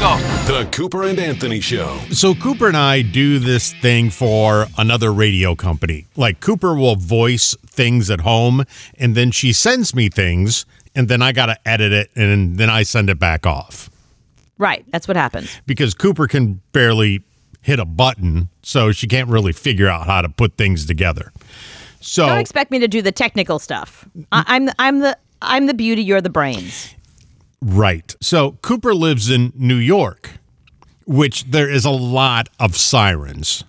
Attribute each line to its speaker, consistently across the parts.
Speaker 1: go.
Speaker 2: The Cooper and Anthony Show.
Speaker 3: So Cooper and I do this thing for another radio company. Like Cooper will voice things at home and then she sends me things and then I got to edit it and then I send it back off
Speaker 4: Right. That's what happens.
Speaker 3: because Cooper can barely hit a button, so she can't really figure out how to put things together. So
Speaker 4: Don't expect me to do the technical stuff. I, I'm the, I'm the I'm the beauty. You're the brains.
Speaker 3: Right. So Cooper lives in New York, which there is a lot of sirens.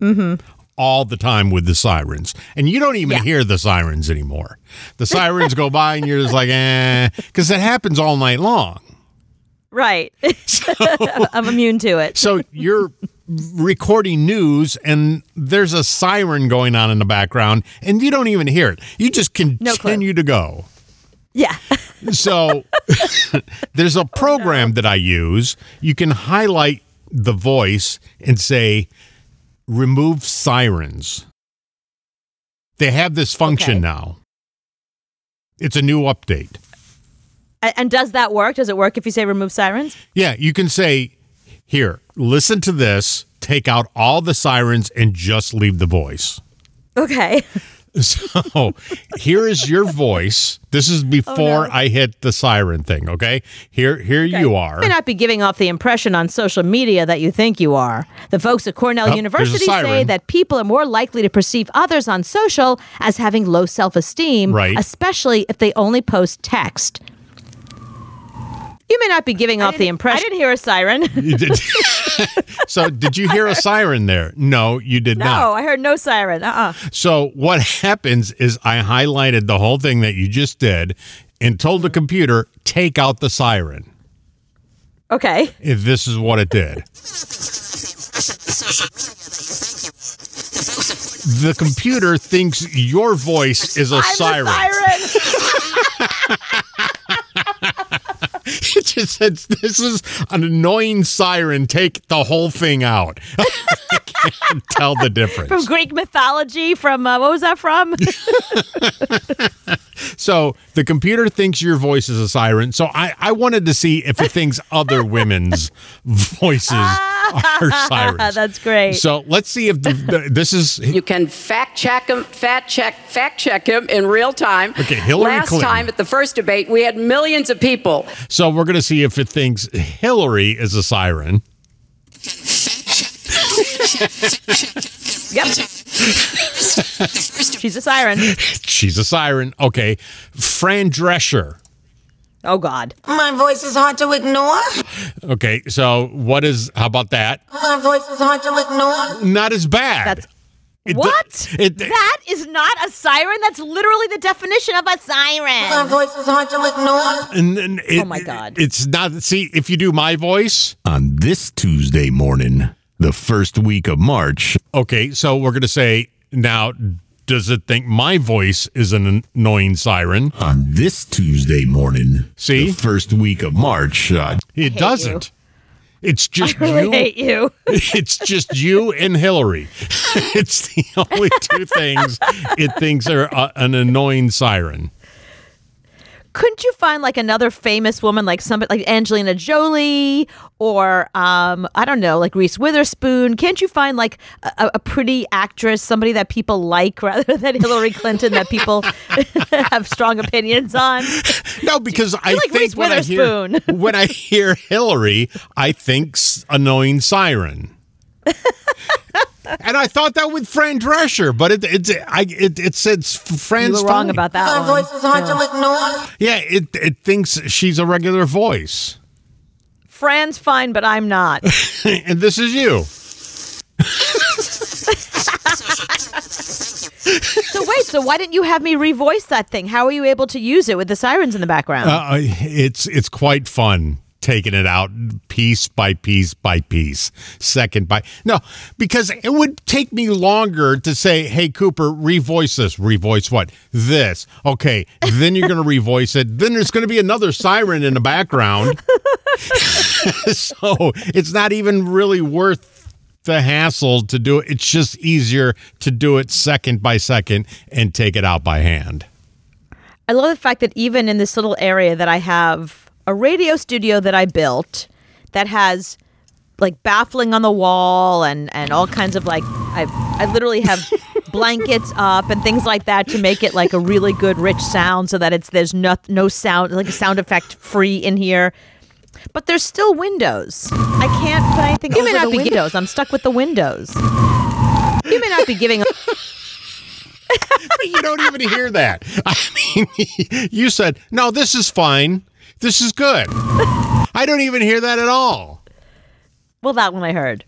Speaker 3: Mm-hmm. All the time with the sirens. And you don't even
Speaker 4: Mm-hmm. Yeah.
Speaker 3: hear the sirens anymore. The sirens go by and you're just like, eh, because it happens all night long.
Speaker 4: Right. I'm immune to it.
Speaker 3: So you're recording news and there's a siren going on in the background and you don't even hear it. You just
Speaker 4: clue.
Speaker 3: continue to go.
Speaker 4: Yeah.
Speaker 3: So there's a program that I use. You can highlight the voice and say, remove sirens. They have this function
Speaker 4: Okay.
Speaker 3: now. It's a new update.
Speaker 4: A- And does that work? Does it work if you say remove sirens?
Speaker 3: Yeah, you can say, here, listen to this, take out all the sirens and just leave the voice.
Speaker 4: Okay.
Speaker 3: So here is your voice. This is before I hit the siren thing, okay? Here here you are.
Speaker 4: may not be giving off the impression on social media that you think you are. The folks at Cornell
Speaker 3: Oh, there's a
Speaker 4: University say
Speaker 3: siren.
Speaker 4: that people are more likely to perceive others on social as having low self esteem,
Speaker 3: Right.
Speaker 4: especially if they only post text. You may not be giving off the impression. I didn't hear a siren. no,
Speaker 3: You did- so did you hear a siren there? No, you did not.
Speaker 4: I heard no siren. Uh uh
Speaker 3: So what happens is I highlighted the whole thing that you just did and told the computer, take out the siren.
Speaker 4: Okay.
Speaker 3: If this is what it did. The computer thinks your voice is a siren. It just said, "This is an annoying siren. Take the whole thing out." I can't tell the
Speaker 4: from
Speaker 3: difference.
Speaker 4: Greek mythology. From uh, what was that from?
Speaker 3: So the computer thinks your voice is a siren. So I, I wanted to see if it thinks other women's voices are sirens.
Speaker 4: That's great.
Speaker 3: So let's see if the, the, this is
Speaker 5: You can fact check him, fact check, fact check him in real time.
Speaker 3: Okay, Hillary
Speaker 5: Last
Speaker 3: Clinton.
Speaker 5: time at the first debate, we had millions of people.
Speaker 3: so we're gonna see if it thinks Hillary is a siren.
Speaker 4: yep. She's a siren.
Speaker 3: She's a siren. Okay, Fran Drescher.
Speaker 4: Oh God.
Speaker 6: My voice is hard to ignore.
Speaker 3: Okay, so what is? How about that?
Speaker 6: My voice is hard to ignore.
Speaker 3: Not as bad.
Speaker 4: That's-
Speaker 3: It-
Speaker 4: What?
Speaker 3: it-
Speaker 4: that is not a siren. That's literally the definition of a
Speaker 6: My
Speaker 4: siren.
Speaker 6: voice is hard to ignore.
Speaker 3: And then it,
Speaker 4: Oh, my God.
Speaker 3: It's not. See, if you do my voice,
Speaker 2: On this Tuesday morning, the first week of March,
Speaker 3: okay. So we're gonna say now. Does it think my voice is an annoying siren?
Speaker 2: on this Tuesday morning,
Speaker 3: See?
Speaker 2: the first week of March, uh,
Speaker 3: It doesn't. It's just
Speaker 4: really
Speaker 3: you.
Speaker 4: hate you.
Speaker 3: It's just you and Hillary. it's the only two things it thinks are uh, an annoying siren.
Speaker 4: Couldn't you find like another famous woman, like somebody like Angelina Jolie, or um, I don't know, like Reese Witherspoon? Can't you find like a, a pretty actress, somebody that people like, rather than Hillary Clinton that people have strong opinions on?
Speaker 3: No, because I
Speaker 4: like
Speaker 3: think
Speaker 4: Reese
Speaker 3: when I hear
Speaker 4: Witherspoon.
Speaker 3: when I hear Hillary, I think s- annoying siren. and I thought that with Fran Drescher, but it it's I it, it says
Speaker 4: You
Speaker 3: Fran's
Speaker 4: were wrong about that
Speaker 6: My
Speaker 4: one.
Speaker 6: voice is hard to ignore.
Speaker 3: Yeah, it it thinks she's a regular voice,
Speaker 4: Fran's fine, but I'm not.
Speaker 3: and this is you.
Speaker 4: So wait, so why didn't you have me revoice that thing? How are you able to use it with the sirens in the background?
Speaker 3: Uh, it's it's quite fun taking it out piece by piece by piece, second by no, because it would take me longer to say, "Hey Cooper, revoice this, revoice what this." Okay, then you're gonna revoice it. Then there's gonna be another siren in the background, so it's not even really worth. The hassle to do it. It's just easier to do it second by second and take it out by hand.
Speaker 4: I love the fact that even in this little area that I have a radio studio that I built that has like baffling on the wall and and all kinds of like I I literally have blankets up and things like that to make it like a really good rich sound so that it's there's no no sound like a sound effect free in here. But there's still windows. I can't put anything
Speaker 1: may
Speaker 4: over
Speaker 1: not
Speaker 4: the
Speaker 1: be gi-
Speaker 4: windows. I'm stuck with the windows. You may not be giving
Speaker 3: you don't even hear that. I mean, you said, no, this is fine. This is good. I don't even hear that at all.
Speaker 4: well that one I heard.